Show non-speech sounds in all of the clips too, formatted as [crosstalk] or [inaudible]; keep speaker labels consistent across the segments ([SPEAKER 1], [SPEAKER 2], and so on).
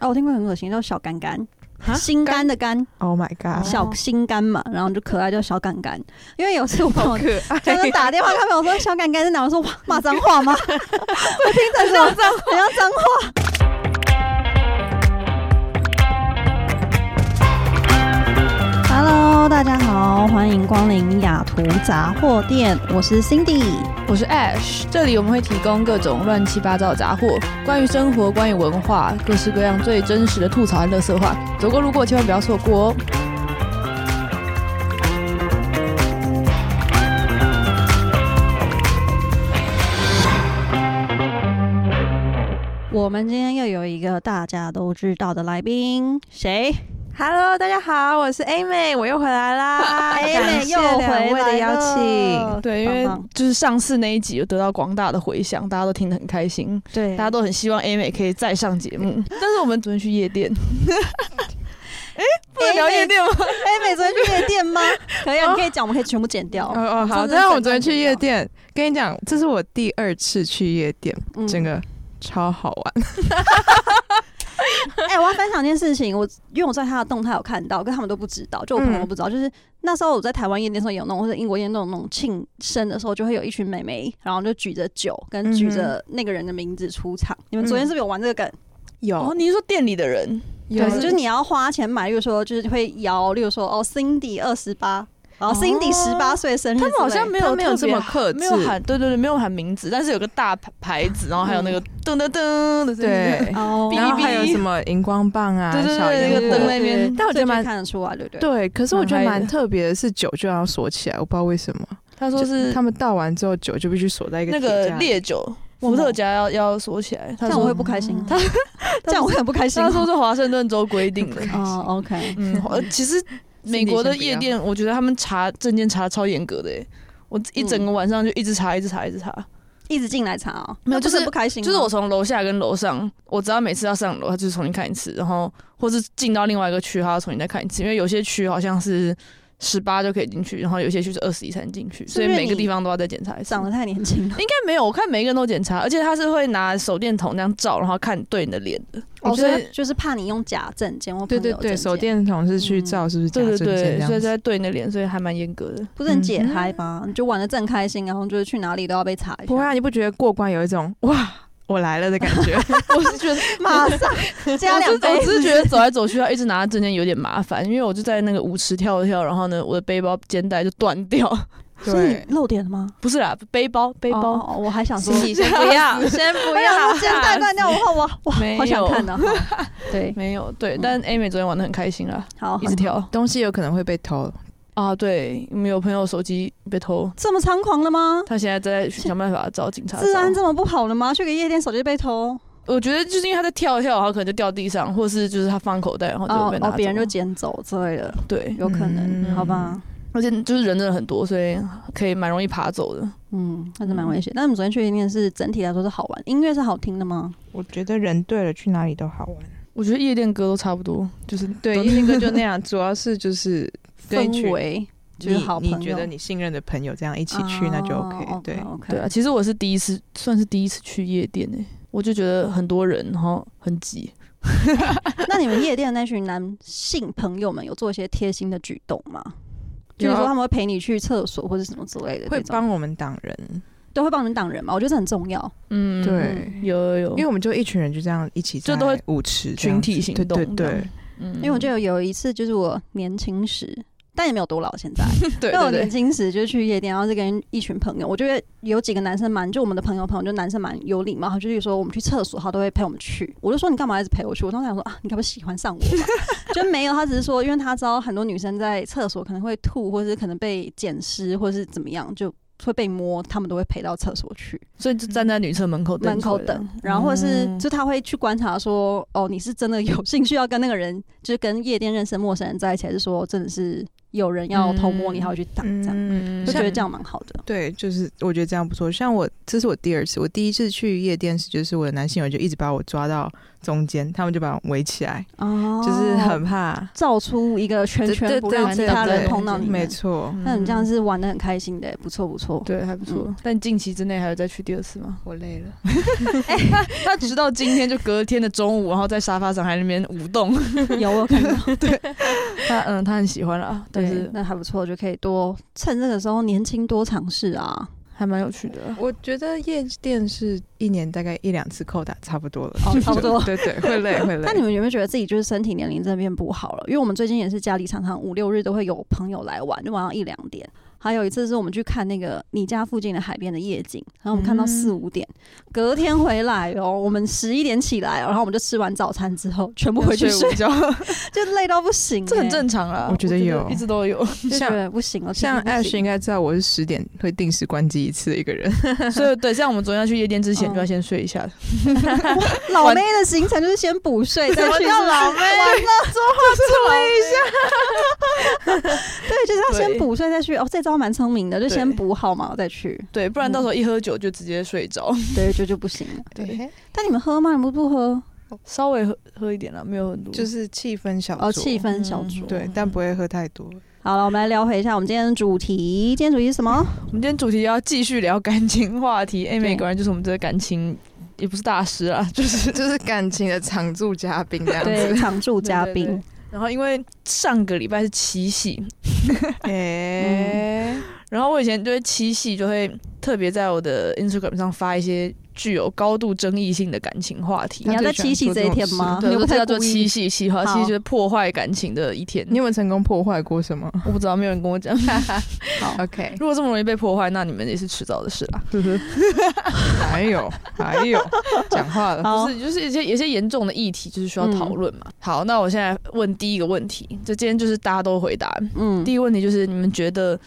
[SPEAKER 1] 哦，我听过很恶心，叫小干干
[SPEAKER 2] 哈，
[SPEAKER 1] 心肝的肝，
[SPEAKER 3] Oh my
[SPEAKER 2] 哦
[SPEAKER 3] god！
[SPEAKER 1] 小心肝嘛，然后就可爱叫小干干。因为有次我朋
[SPEAKER 2] [laughs]
[SPEAKER 1] 友
[SPEAKER 2] 哦可爱
[SPEAKER 1] 就是打电话，他们我说小干干在哪？我说哇， [laughs] 骂脏话
[SPEAKER 2] [laughs]
[SPEAKER 1] 吗？我听成什么脏？ [laughs] 很像脏话。Hello，大家好，欢迎光临雅图杂货店，我是 Cindy。
[SPEAKER 2] 我是 Ash，这里我们会提供各种乱七八糟的杂货，关于生活，关于文化，各式各样最真实的吐槽和乐色话。走过路过千万不要错过哦！
[SPEAKER 1] 我们今天又有一个大家都知道的来宾，谁？
[SPEAKER 3] Hello，大家好，我是 A 妹，我又回来
[SPEAKER 2] [laughs]
[SPEAKER 3] 啦
[SPEAKER 1] A
[SPEAKER 3] 感
[SPEAKER 1] 妹
[SPEAKER 3] 谢
[SPEAKER 1] 哎又回
[SPEAKER 3] 两位
[SPEAKER 1] 来
[SPEAKER 3] 的邀请，
[SPEAKER 1] 了
[SPEAKER 2] 对，因为
[SPEAKER 1] 棒棒
[SPEAKER 2] 就是上次那一集有得到广大的回响，大家都听得很开心，
[SPEAKER 1] 对
[SPEAKER 2] 大家都很希望 A 美可以再上节目。但是我们昨天去夜店，不能聊夜店吗？哦
[SPEAKER 1] 哎，美昨天去夜店吗？可以啊，你可以讲，我们可以全部剪掉。
[SPEAKER 2] 嗯
[SPEAKER 3] 哦哦好，
[SPEAKER 1] 真的
[SPEAKER 3] 但
[SPEAKER 1] 是
[SPEAKER 3] 是我昨
[SPEAKER 1] 整
[SPEAKER 3] 天
[SPEAKER 1] 段
[SPEAKER 3] 去夜
[SPEAKER 1] 剪掉，
[SPEAKER 3] 店，跟你讲，这是我第二次去夜店，
[SPEAKER 1] 嗯
[SPEAKER 3] 整个超好玩。
[SPEAKER 1] 哎、我要分享一件事情，我因为我在他的动态有看到，跟他们都不知道，就我朋友都不知道，就是那时候我在台湾夜店的时候有那种，或者英国夜店那种那种庆生的时候，就会有一群美眉，然后就举着酒跟举着那个人的名字出场。你们昨天是不是有玩这个梗？
[SPEAKER 2] 哦，
[SPEAKER 3] 有
[SPEAKER 2] 你是说店里的人？
[SPEAKER 3] 有
[SPEAKER 1] 对，就是你要花钱买，例如说就是会摇，例如说哦，Cindy 二十八，然后 Cindy 十八岁生日之
[SPEAKER 2] 他
[SPEAKER 1] 类的，
[SPEAKER 2] 们好像没有
[SPEAKER 3] 他没有
[SPEAKER 2] 特别
[SPEAKER 3] 这么克制
[SPEAKER 2] 没有喊对对对，没有喊名字，但是有个大牌牌子，然后还有那个噔噔噔的声音，
[SPEAKER 3] 对，
[SPEAKER 1] 哦，
[SPEAKER 2] 哔
[SPEAKER 3] 然后还有
[SPEAKER 2] 哔哔
[SPEAKER 3] 什么荧光棒啊，
[SPEAKER 2] 对对
[SPEAKER 3] 小
[SPEAKER 2] 对，那
[SPEAKER 3] 烟
[SPEAKER 2] 个灯
[SPEAKER 3] 火
[SPEAKER 2] 那边，
[SPEAKER 3] 但我觉得
[SPEAKER 1] 这就
[SPEAKER 3] 蛮
[SPEAKER 1] 看得出来，对不对？
[SPEAKER 3] 对，可是我觉得
[SPEAKER 2] 蛮嗨的
[SPEAKER 3] 蛮特别的是酒就要锁起来，我不知道为什么，
[SPEAKER 2] 他说是
[SPEAKER 3] 他们倒完之后酒就必须锁在一个
[SPEAKER 2] 那
[SPEAKER 3] 铁
[SPEAKER 2] 个
[SPEAKER 3] 架里
[SPEAKER 2] 烈酒，伏特加要要锁起来。
[SPEAKER 1] 这
[SPEAKER 2] 他
[SPEAKER 1] 样我
[SPEAKER 2] 说
[SPEAKER 1] 会不开心，
[SPEAKER 3] 嗯
[SPEAKER 1] 他这样我很不开心哦。
[SPEAKER 2] 他说是华盛顿州规定
[SPEAKER 1] [laughs]
[SPEAKER 2] 的，
[SPEAKER 1] 哦，OK，
[SPEAKER 2] 嗯，呃其实美国的夜店，我觉得他们查证件查得超严格的欸，我一整个晚上就一直查，一直查，一直查。
[SPEAKER 1] 一直进来查哦，
[SPEAKER 2] 没
[SPEAKER 1] 那
[SPEAKER 2] 有
[SPEAKER 1] 不
[SPEAKER 2] 就是
[SPEAKER 1] 不开心吗，
[SPEAKER 2] 就是我从楼下跟楼上，我只要每次要上楼，他就是重新看一次，然后或是进到另外一个区，他要重新再看一次，因为有些区好像是十八就可以进去，然后有些区是二十以才能进去，
[SPEAKER 1] 是
[SPEAKER 2] 所
[SPEAKER 1] 因为
[SPEAKER 2] 以每个
[SPEAKER 1] 你
[SPEAKER 2] 地方都要再检查一次。
[SPEAKER 1] 长得太年轻了。
[SPEAKER 2] 应该没有，我看每一个人都检查，而且他是会拿手电筒那样照，然后看对你的脸的。
[SPEAKER 1] 我
[SPEAKER 2] [laughs] 我
[SPEAKER 1] 觉
[SPEAKER 2] 觉得
[SPEAKER 1] 得就是怕你用假证件或
[SPEAKER 3] 对
[SPEAKER 1] 朋
[SPEAKER 3] 对
[SPEAKER 1] 友
[SPEAKER 3] 对，
[SPEAKER 1] 证
[SPEAKER 3] 手
[SPEAKER 1] 件
[SPEAKER 3] 电筒是去
[SPEAKER 1] 嗯
[SPEAKER 3] 照，是不是假
[SPEAKER 2] 对对
[SPEAKER 3] 证件
[SPEAKER 2] 对
[SPEAKER 3] 这，样
[SPEAKER 2] 所以
[SPEAKER 3] 子？
[SPEAKER 2] 在对你的脸，所以还蛮严格的。
[SPEAKER 1] 不是很解
[SPEAKER 3] 嗯
[SPEAKER 1] 嗨吗？你就玩的正开心，然后就是去哪里都要被查一下。
[SPEAKER 3] 不会啊，你不觉得过关有一种哇我来了的感
[SPEAKER 2] [laughs]
[SPEAKER 3] 觉？
[SPEAKER 2] 我是觉得，
[SPEAKER 1] 马上加
[SPEAKER 2] 我
[SPEAKER 1] 两
[SPEAKER 2] 是我
[SPEAKER 1] 杯。
[SPEAKER 2] 只是
[SPEAKER 1] [laughs]
[SPEAKER 2] 觉得走来走去要一直拿着证件有点麻烦，因为我就在那个舞池跳一跳，然后呢，我的背包肩带就断掉，
[SPEAKER 1] 是你漏点了吗？
[SPEAKER 2] [laughs] 不是啦，背包背
[SPEAKER 1] 哦
[SPEAKER 2] 包，
[SPEAKER 1] 哦哦我还想说，
[SPEAKER 3] 心里
[SPEAKER 1] [laughs]
[SPEAKER 3] 先不要，先不
[SPEAKER 1] 我想
[SPEAKER 3] 要
[SPEAKER 1] 说。肩带断掉的话，我哇，
[SPEAKER 2] 没有
[SPEAKER 1] 好想看的。啊好对，
[SPEAKER 2] [laughs] 没有对
[SPEAKER 1] 嗯，哦
[SPEAKER 2] 但 Amy 昨天玩的很开心啦，
[SPEAKER 1] 好
[SPEAKER 2] 一，直跳
[SPEAKER 3] 东西有可能会被偷，
[SPEAKER 2] 啊，对，我们有朋友手机被偷，
[SPEAKER 1] 这么猖狂了吗？
[SPEAKER 2] 他现在在想办法找警察找。
[SPEAKER 1] 治安这么不好了吗？去个夜店手机被偷，
[SPEAKER 2] 我觉得就是因为他在跳一跳，然后可能就掉地上，或是就是他放口袋，然后就
[SPEAKER 1] 哦
[SPEAKER 2] 被拿
[SPEAKER 1] 哦
[SPEAKER 2] 走，
[SPEAKER 1] 别人就捡走之类的，
[SPEAKER 2] 对，
[SPEAKER 1] 有可能，
[SPEAKER 3] 嗯
[SPEAKER 1] 好吧？
[SPEAKER 2] 而且就是人真的很多，所以可以蛮容易爬走的。
[SPEAKER 1] 嗯，还是蛮危险。但我们昨天去夜店是整体来说是好玩，音乐是好听的吗？
[SPEAKER 3] 我觉得人对了，去哪里都好玩。
[SPEAKER 2] 我觉得夜店歌都差不多，就是
[SPEAKER 3] 对，
[SPEAKER 2] 都
[SPEAKER 3] 因为那个就那样，主要是就是
[SPEAKER 1] [laughs]
[SPEAKER 3] 跟一群
[SPEAKER 1] 氛围就是
[SPEAKER 3] 你
[SPEAKER 1] 好朋
[SPEAKER 3] 你
[SPEAKER 1] 友，哦
[SPEAKER 3] 觉得你信任的朋友这样一起去，那就 OK。对，
[SPEAKER 1] OK。
[SPEAKER 2] 对啊。其实我是第一次，算是第一次去夜店诶、我就觉得很多人，然后很挤。
[SPEAKER 1] 那你们夜店的那群男性朋友们有做一些贴心的举动吗？就
[SPEAKER 3] 有
[SPEAKER 1] 是
[SPEAKER 3] 啊
[SPEAKER 1] 说他们会陪你去厕所或者什么之类的
[SPEAKER 3] 会
[SPEAKER 1] 这种，
[SPEAKER 3] 帮我们挡人。
[SPEAKER 1] 都会帮你挡人嘛？我觉得这很重要。
[SPEAKER 2] 嗯，
[SPEAKER 3] 对，
[SPEAKER 2] 有有有，
[SPEAKER 3] 因为我们就一群人就这样一起，
[SPEAKER 2] 就都会
[SPEAKER 3] 舞池这
[SPEAKER 2] 群
[SPEAKER 3] 样
[SPEAKER 2] 体
[SPEAKER 3] 子
[SPEAKER 2] 行
[SPEAKER 3] 对
[SPEAKER 2] 动
[SPEAKER 3] 对
[SPEAKER 2] 这样
[SPEAKER 3] 对，
[SPEAKER 2] 嗯
[SPEAKER 1] 因为我就有有一次，就是我年轻时，但也没有多老，现在
[SPEAKER 2] [laughs] 对
[SPEAKER 1] 因为我
[SPEAKER 2] 对
[SPEAKER 1] 年
[SPEAKER 2] 对，
[SPEAKER 1] 轻时就去夜店，然后是跟一群朋友，我觉得有几个男生蛮，就我们的朋友朋友，就男生蛮有礼貌，他就是说我们去厕所，他都会陪我们去。我就说你干嘛一直陪我去？我当时想说啊，你该不会喜欢上我吧？ [laughs] 就没有，他只是说，因为他知道很多女生在厕所可能会吐，或者是可能被捡尸，或者是怎么样，就。会被摸，他们都会陪到厕所去
[SPEAKER 2] 所以就站在女厕门口等
[SPEAKER 1] 嗯门
[SPEAKER 2] 你
[SPEAKER 1] 口
[SPEAKER 2] 回来
[SPEAKER 1] 等，然后或者是
[SPEAKER 2] 嗯
[SPEAKER 1] 就他会去观察说，哦，你是真的有兴趣要跟那个人，就是跟夜店认识的陌生人在一起，还是说真的是有人要偷摸你，
[SPEAKER 2] 嗯
[SPEAKER 1] 他会去挡，这样
[SPEAKER 2] 嗯
[SPEAKER 1] 就觉得这样蛮好的。
[SPEAKER 4] 对，就是我觉得这样不错。像我，这是我第二次，我第一次去夜店时，就是我的男性友就一直把我抓到中间，他们就把我围起来，
[SPEAKER 1] 哦
[SPEAKER 4] 就是很怕
[SPEAKER 1] 造出一个圈
[SPEAKER 4] 对
[SPEAKER 1] 圈，
[SPEAKER 4] 对
[SPEAKER 1] 不让
[SPEAKER 4] 对
[SPEAKER 1] 其他
[SPEAKER 2] 对
[SPEAKER 1] 人
[SPEAKER 2] 对
[SPEAKER 1] 碰到你们。
[SPEAKER 4] 没错，
[SPEAKER 1] 那你这样是玩的很开心的，不错不错。
[SPEAKER 2] 嗯对还不错
[SPEAKER 1] 嗯。
[SPEAKER 2] 但近期之内还有再去第二次吗？ [laughs] 我累了。他直到今天就隔天的中午，然后在沙发上还在那边舞
[SPEAKER 1] [laughs]
[SPEAKER 2] 动。
[SPEAKER 1] 有我有看到，
[SPEAKER 2] 他嗯，他很喜欢啦，但
[SPEAKER 1] 对
[SPEAKER 2] 是，
[SPEAKER 1] 那还不错，就可以多趁这个时候年轻多尝试啊。
[SPEAKER 2] 还蛮有趣的。
[SPEAKER 4] [laughs] 我觉得夜店是一年大概一两次扣打差不多了，
[SPEAKER 1] 哦差不多
[SPEAKER 4] 对对，会累会累。
[SPEAKER 1] 那你们有没有觉得自己就是身体年龄真的变不好了？因为我们最近也是家里常常五六日都会有朋友来玩，就玩到一两点。还有一次是我们去看那个你家附近的海边的夜景，然后我们看到四五点，隔天回来哦，我们十一点起来哦，然后我们就吃完早餐之后全部回去睡
[SPEAKER 2] 睡，午
[SPEAKER 1] [laughs]
[SPEAKER 2] 觉，
[SPEAKER 1] 就累到不行、
[SPEAKER 2] 这很
[SPEAKER 1] 欸
[SPEAKER 2] 正常啦。
[SPEAKER 4] 我觉得有
[SPEAKER 2] 一直
[SPEAKER 1] [laughs]
[SPEAKER 2] 都有，
[SPEAKER 1] 就觉得不行了。
[SPEAKER 4] 像
[SPEAKER 1] 体力不
[SPEAKER 4] Ash
[SPEAKER 1] 行
[SPEAKER 4] 应该知道我是十点会定时关机一次的一个人，
[SPEAKER 1] [laughs]
[SPEAKER 2] 所以对，像我们昨天要去夜店之前
[SPEAKER 1] 嗯
[SPEAKER 2] 就要先睡一下，
[SPEAKER 1] 老妹的行程就是先补睡，再
[SPEAKER 2] [laughs]
[SPEAKER 1] 去
[SPEAKER 2] 叫老
[SPEAKER 1] 完
[SPEAKER 2] 妹
[SPEAKER 1] 了， [laughs] 对，就是要先
[SPEAKER 2] 对
[SPEAKER 1] 补睡再去。哦，这招蛮聪明的，就
[SPEAKER 2] 对
[SPEAKER 1] 先补好嘛，再去。
[SPEAKER 2] [laughs] [laughs] 对，不然到时
[SPEAKER 1] 嗯
[SPEAKER 2] 候一喝酒就直接睡着。
[SPEAKER 1] 对，就就不行了。
[SPEAKER 2] 对，
[SPEAKER 1] 但你们喝吗？你们不喝？
[SPEAKER 2] 稍微喝喝一点啦，没有很多，
[SPEAKER 4] [laughs] 就是气氛小
[SPEAKER 1] 哦，气
[SPEAKER 4] 氛
[SPEAKER 1] 氛小
[SPEAKER 2] 嗯
[SPEAKER 1] 酌。
[SPEAKER 4] 对，但不会喝太多。
[SPEAKER 1] 好了，我们来聊回一下我们今天的主题。今天主题是什么？
[SPEAKER 2] 我们今天主题要继续聊感情话
[SPEAKER 1] [laughs]
[SPEAKER 2] 题，哎，
[SPEAKER 1] 对
[SPEAKER 2] 美果然就是我们这个感情也不是大师啊，就是。
[SPEAKER 4] 就是 [laughs] 感情的常驻嘉宾这样 [laughs]
[SPEAKER 1] 对，
[SPEAKER 4] 子。
[SPEAKER 1] 常驻嘉
[SPEAKER 2] 对对
[SPEAKER 1] 宾
[SPEAKER 2] 对。然后因为上个礼拜是七夕，
[SPEAKER 1] 嗯
[SPEAKER 4] 哎，
[SPEAKER 2] 然后我以前对七夕就会特别在我的 Instagram 上发一些具有高度争议性的感情话题
[SPEAKER 1] 你。要
[SPEAKER 4] 他
[SPEAKER 1] 在
[SPEAKER 4] 最
[SPEAKER 1] 七
[SPEAKER 4] 喜
[SPEAKER 1] 夕
[SPEAKER 4] 欢做
[SPEAKER 1] 这
[SPEAKER 4] 这
[SPEAKER 1] 一
[SPEAKER 4] 种
[SPEAKER 1] 天
[SPEAKER 4] 事
[SPEAKER 1] 吗？
[SPEAKER 2] 对，
[SPEAKER 1] 啊你
[SPEAKER 2] 我
[SPEAKER 1] 不
[SPEAKER 2] 都
[SPEAKER 1] 太
[SPEAKER 2] 叫做
[SPEAKER 1] 故意
[SPEAKER 2] 七夕细话，
[SPEAKER 1] 好
[SPEAKER 2] 其实就是破坏感情的一天。
[SPEAKER 4] 你有没有成功破坏过什么
[SPEAKER 2] 我不知道，没有人跟我
[SPEAKER 1] [laughs]
[SPEAKER 2] 讲。
[SPEAKER 4] ？OK，
[SPEAKER 2] 如果这么容易被破坏，那你们也是迟早的事啦。
[SPEAKER 4] [laughs] 还有还有，讲话了。
[SPEAKER 1] 好
[SPEAKER 2] 不，是，就是一些有些严重的议题，就是需要
[SPEAKER 1] 嗯
[SPEAKER 2] 讨论嘛。好，那我现在问第一个问题，这今天就是大家都回答。
[SPEAKER 1] 嗯
[SPEAKER 2] 第一个问题就是，你们觉得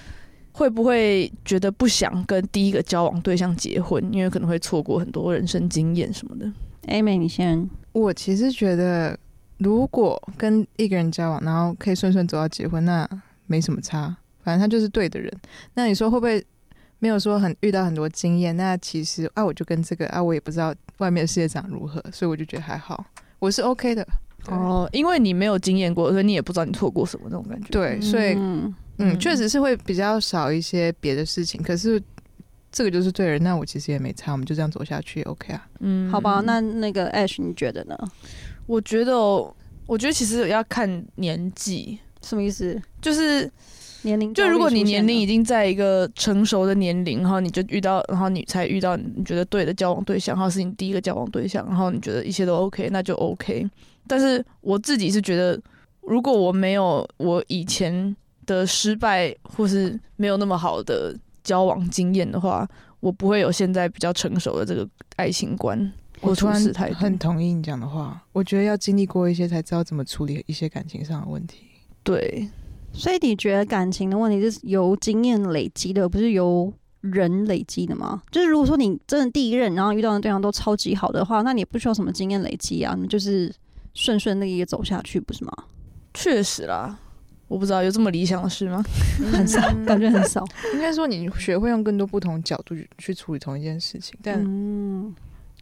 [SPEAKER 2] 会不会觉得不想跟第一个交往对象结婚，因为可能会错过很多人生经验什么的？
[SPEAKER 1] ，Amy，你先。
[SPEAKER 4] 我其实觉得，如果跟一个人交往，然后可以顺顺走到结婚，那没什么差，反正他就是对的人。那你说会不会没有说很遇到很多经验？那其实啊，我就跟这个啊，我也不知道外面的世界长如何，所以我就觉得还好，我是 OK 的。对
[SPEAKER 2] 哦，因为你没有经验过，所以你也不知道你错过什么那种感觉。
[SPEAKER 4] 对，所以
[SPEAKER 1] 嗯
[SPEAKER 4] 嗯，
[SPEAKER 2] 嗯
[SPEAKER 4] 确实是会比较少一些别的事情，可是。这个就是对的人，那我其实也没差，我们就这样走下去也，OK 啊。
[SPEAKER 2] 嗯
[SPEAKER 1] 好吧，那那个 Ash，你觉得呢？
[SPEAKER 2] 我觉得哦，我觉得其实要看年纪，
[SPEAKER 1] 什么意思？
[SPEAKER 2] 就是
[SPEAKER 1] 年龄焦
[SPEAKER 2] 就
[SPEAKER 1] 虑
[SPEAKER 2] 如果你
[SPEAKER 1] 出现
[SPEAKER 2] 年龄
[SPEAKER 1] 了
[SPEAKER 2] 已经在一个成熟的年龄，然后你就遇到，然后你才遇到你觉得对的交往对象，然后是你第一个交往对象，然后你觉得一切都 OK，那就 OK。但是我自己是觉得，如果我没有我以前的失败，或是没有那么好的交往经验的话，我不会有现在比较成熟的这个爱情观。
[SPEAKER 4] 我
[SPEAKER 2] 或
[SPEAKER 4] 突
[SPEAKER 2] 处
[SPEAKER 4] 然
[SPEAKER 2] 事态度
[SPEAKER 4] 很同意你讲的话，我觉得要经历过一些才知道怎么处理一些感情上的问题。
[SPEAKER 2] 对，
[SPEAKER 1] 所以你觉得感情的问题是由经验累积的，不是由人累积的吗？就是如果说你真的第一任，然后遇到的对象都超级好的话，那你也不需要什么经验累积啊，你就是顺顺利利地走下去，不是吗？
[SPEAKER 2] 确实啦，我不知道有这么理想的事吗？
[SPEAKER 1] 很 [laughs] 少，感觉很少。
[SPEAKER 4] [laughs] 应该说，你学会用更多不同角度去去处理同一件事情，但
[SPEAKER 1] 嗯，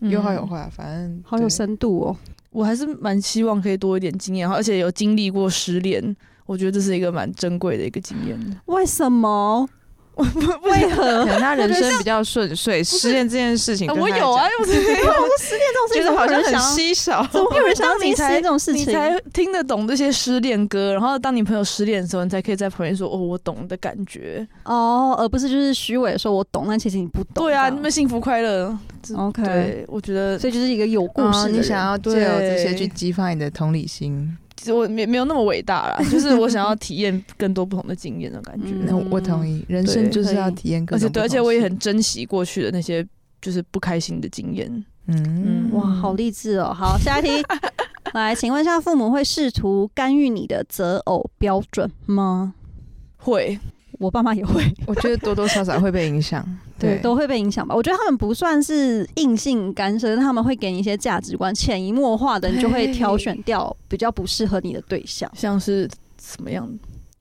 [SPEAKER 4] 有好有坏啊，反正
[SPEAKER 1] 好有
[SPEAKER 4] 对
[SPEAKER 1] 深度哦。
[SPEAKER 2] 我还是蛮希望可以多一点经验，而且有经历过失恋，我觉得这是一个蛮珍贵的一个经验。
[SPEAKER 1] 为什 [laughs] 么？为何
[SPEAKER 4] 可？能他人生比较顺遂，失恋这件事情对他来讲，
[SPEAKER 2] 呃我啊 [laughs] 是
[SPEAKER 1] 这种事
[SPEAKER 4] 觉
[SPEAKER 1] 情
[SPEAKER 4] 得好
[SPEAKER 1] 怎么有
[SPEAKER 4] 像
[SPEAKER 1] 人
[SPEAKER 4] 很
[SPEAKER 1] 想要
[SPEAKER 4] 稀少。
[SPEAKER 1] 怎么会有人想要
[SPEAKER 2] 当你
[SPEAKER 1] 听失恋
[SPEAKER 2] 才
[SPEAKER 1] 这种事
[SPEAKER 2] 你
[SPEAKER 1] 情？
[SPEAKER 2] 才听得懂这些失恋歌，然后当你朋友失恋的时候，你才可以在旁边说：“哦，我懂的感觉。
[SPEAKER 1] 哦，而不是就是虚伪地说我懂，但其实你不”懂。
[SPEAKER 2] 对啊，
[SPEAKER 1] 这
[SPEAKER 2] 你
[SPEAKER 1] 样
[SPEAKER 2] 们幸福快乐。这
[SPEAKER 1] OK，
[SPEAKER 2] 对，我觉得
[SPEAKER 1] 所以就是一个有故事的人。
[SPEAKER 4] 你想要借由这些
[SPEAKER 2] 对
[SPEAKER 4] 去激发你的同理心，
[SPEAKER 2] 其实我没没有那么伟大啦，就是我想要体验更多不同的经验的感觉。
[SPEAKER 1] 嗯
[SPEAKER 4] 那我我同意，人生就是要体验各
[SPEAKER 2] 而且
[SPEAKER 4] 种不
[SPEAKER 2] 对，
[SPEAKER 4] 同
[SPEAKER 2] 而
[SPEAKER 4] 的事
[SPEAKER 2] 且我也很珍惜过去的那些就是不开心的经验。
[SPEAKER 4] 嗯
[SPEAKER 2] 嗯
[SPEAKER 1] 哇，好励志哦！好，下一题，来，请问一下，父母会试图干预你的择偶标准吗？
[SPEAKER 2] 会，
[SPEAKER 1] 我爸妈也会，
[SPEAKER 4] 我觉得多多少少会被影响，对，
[SPEAKER 1] 都会被影响吧。我觉得他们不算是硬性干涉，但他们会给你一些价值观，潜移默化的，你就会挑选掉比较不适合你的对象。
[SPEAKER 2] 像是什么样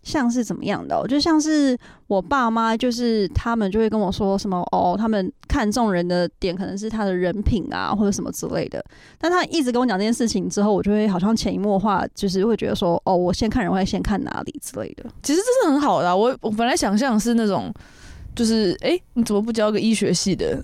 [SPEAKER 1] 像是怎么样的哦、就像是我爸妈，就是他们就会跟我说什么哦，他们看中人的点可能是他的人品啊，或者什么之类的。但他一直跟我讲这件事情之后，我就会好像潜移默化，就是会觉得说哦，我先看人，我会先看哪里之类的。
[SPEAKER 2] 其实这是很好的、啊。我我本来想象是那种，就是哎、诶你怎么不教个医学系的？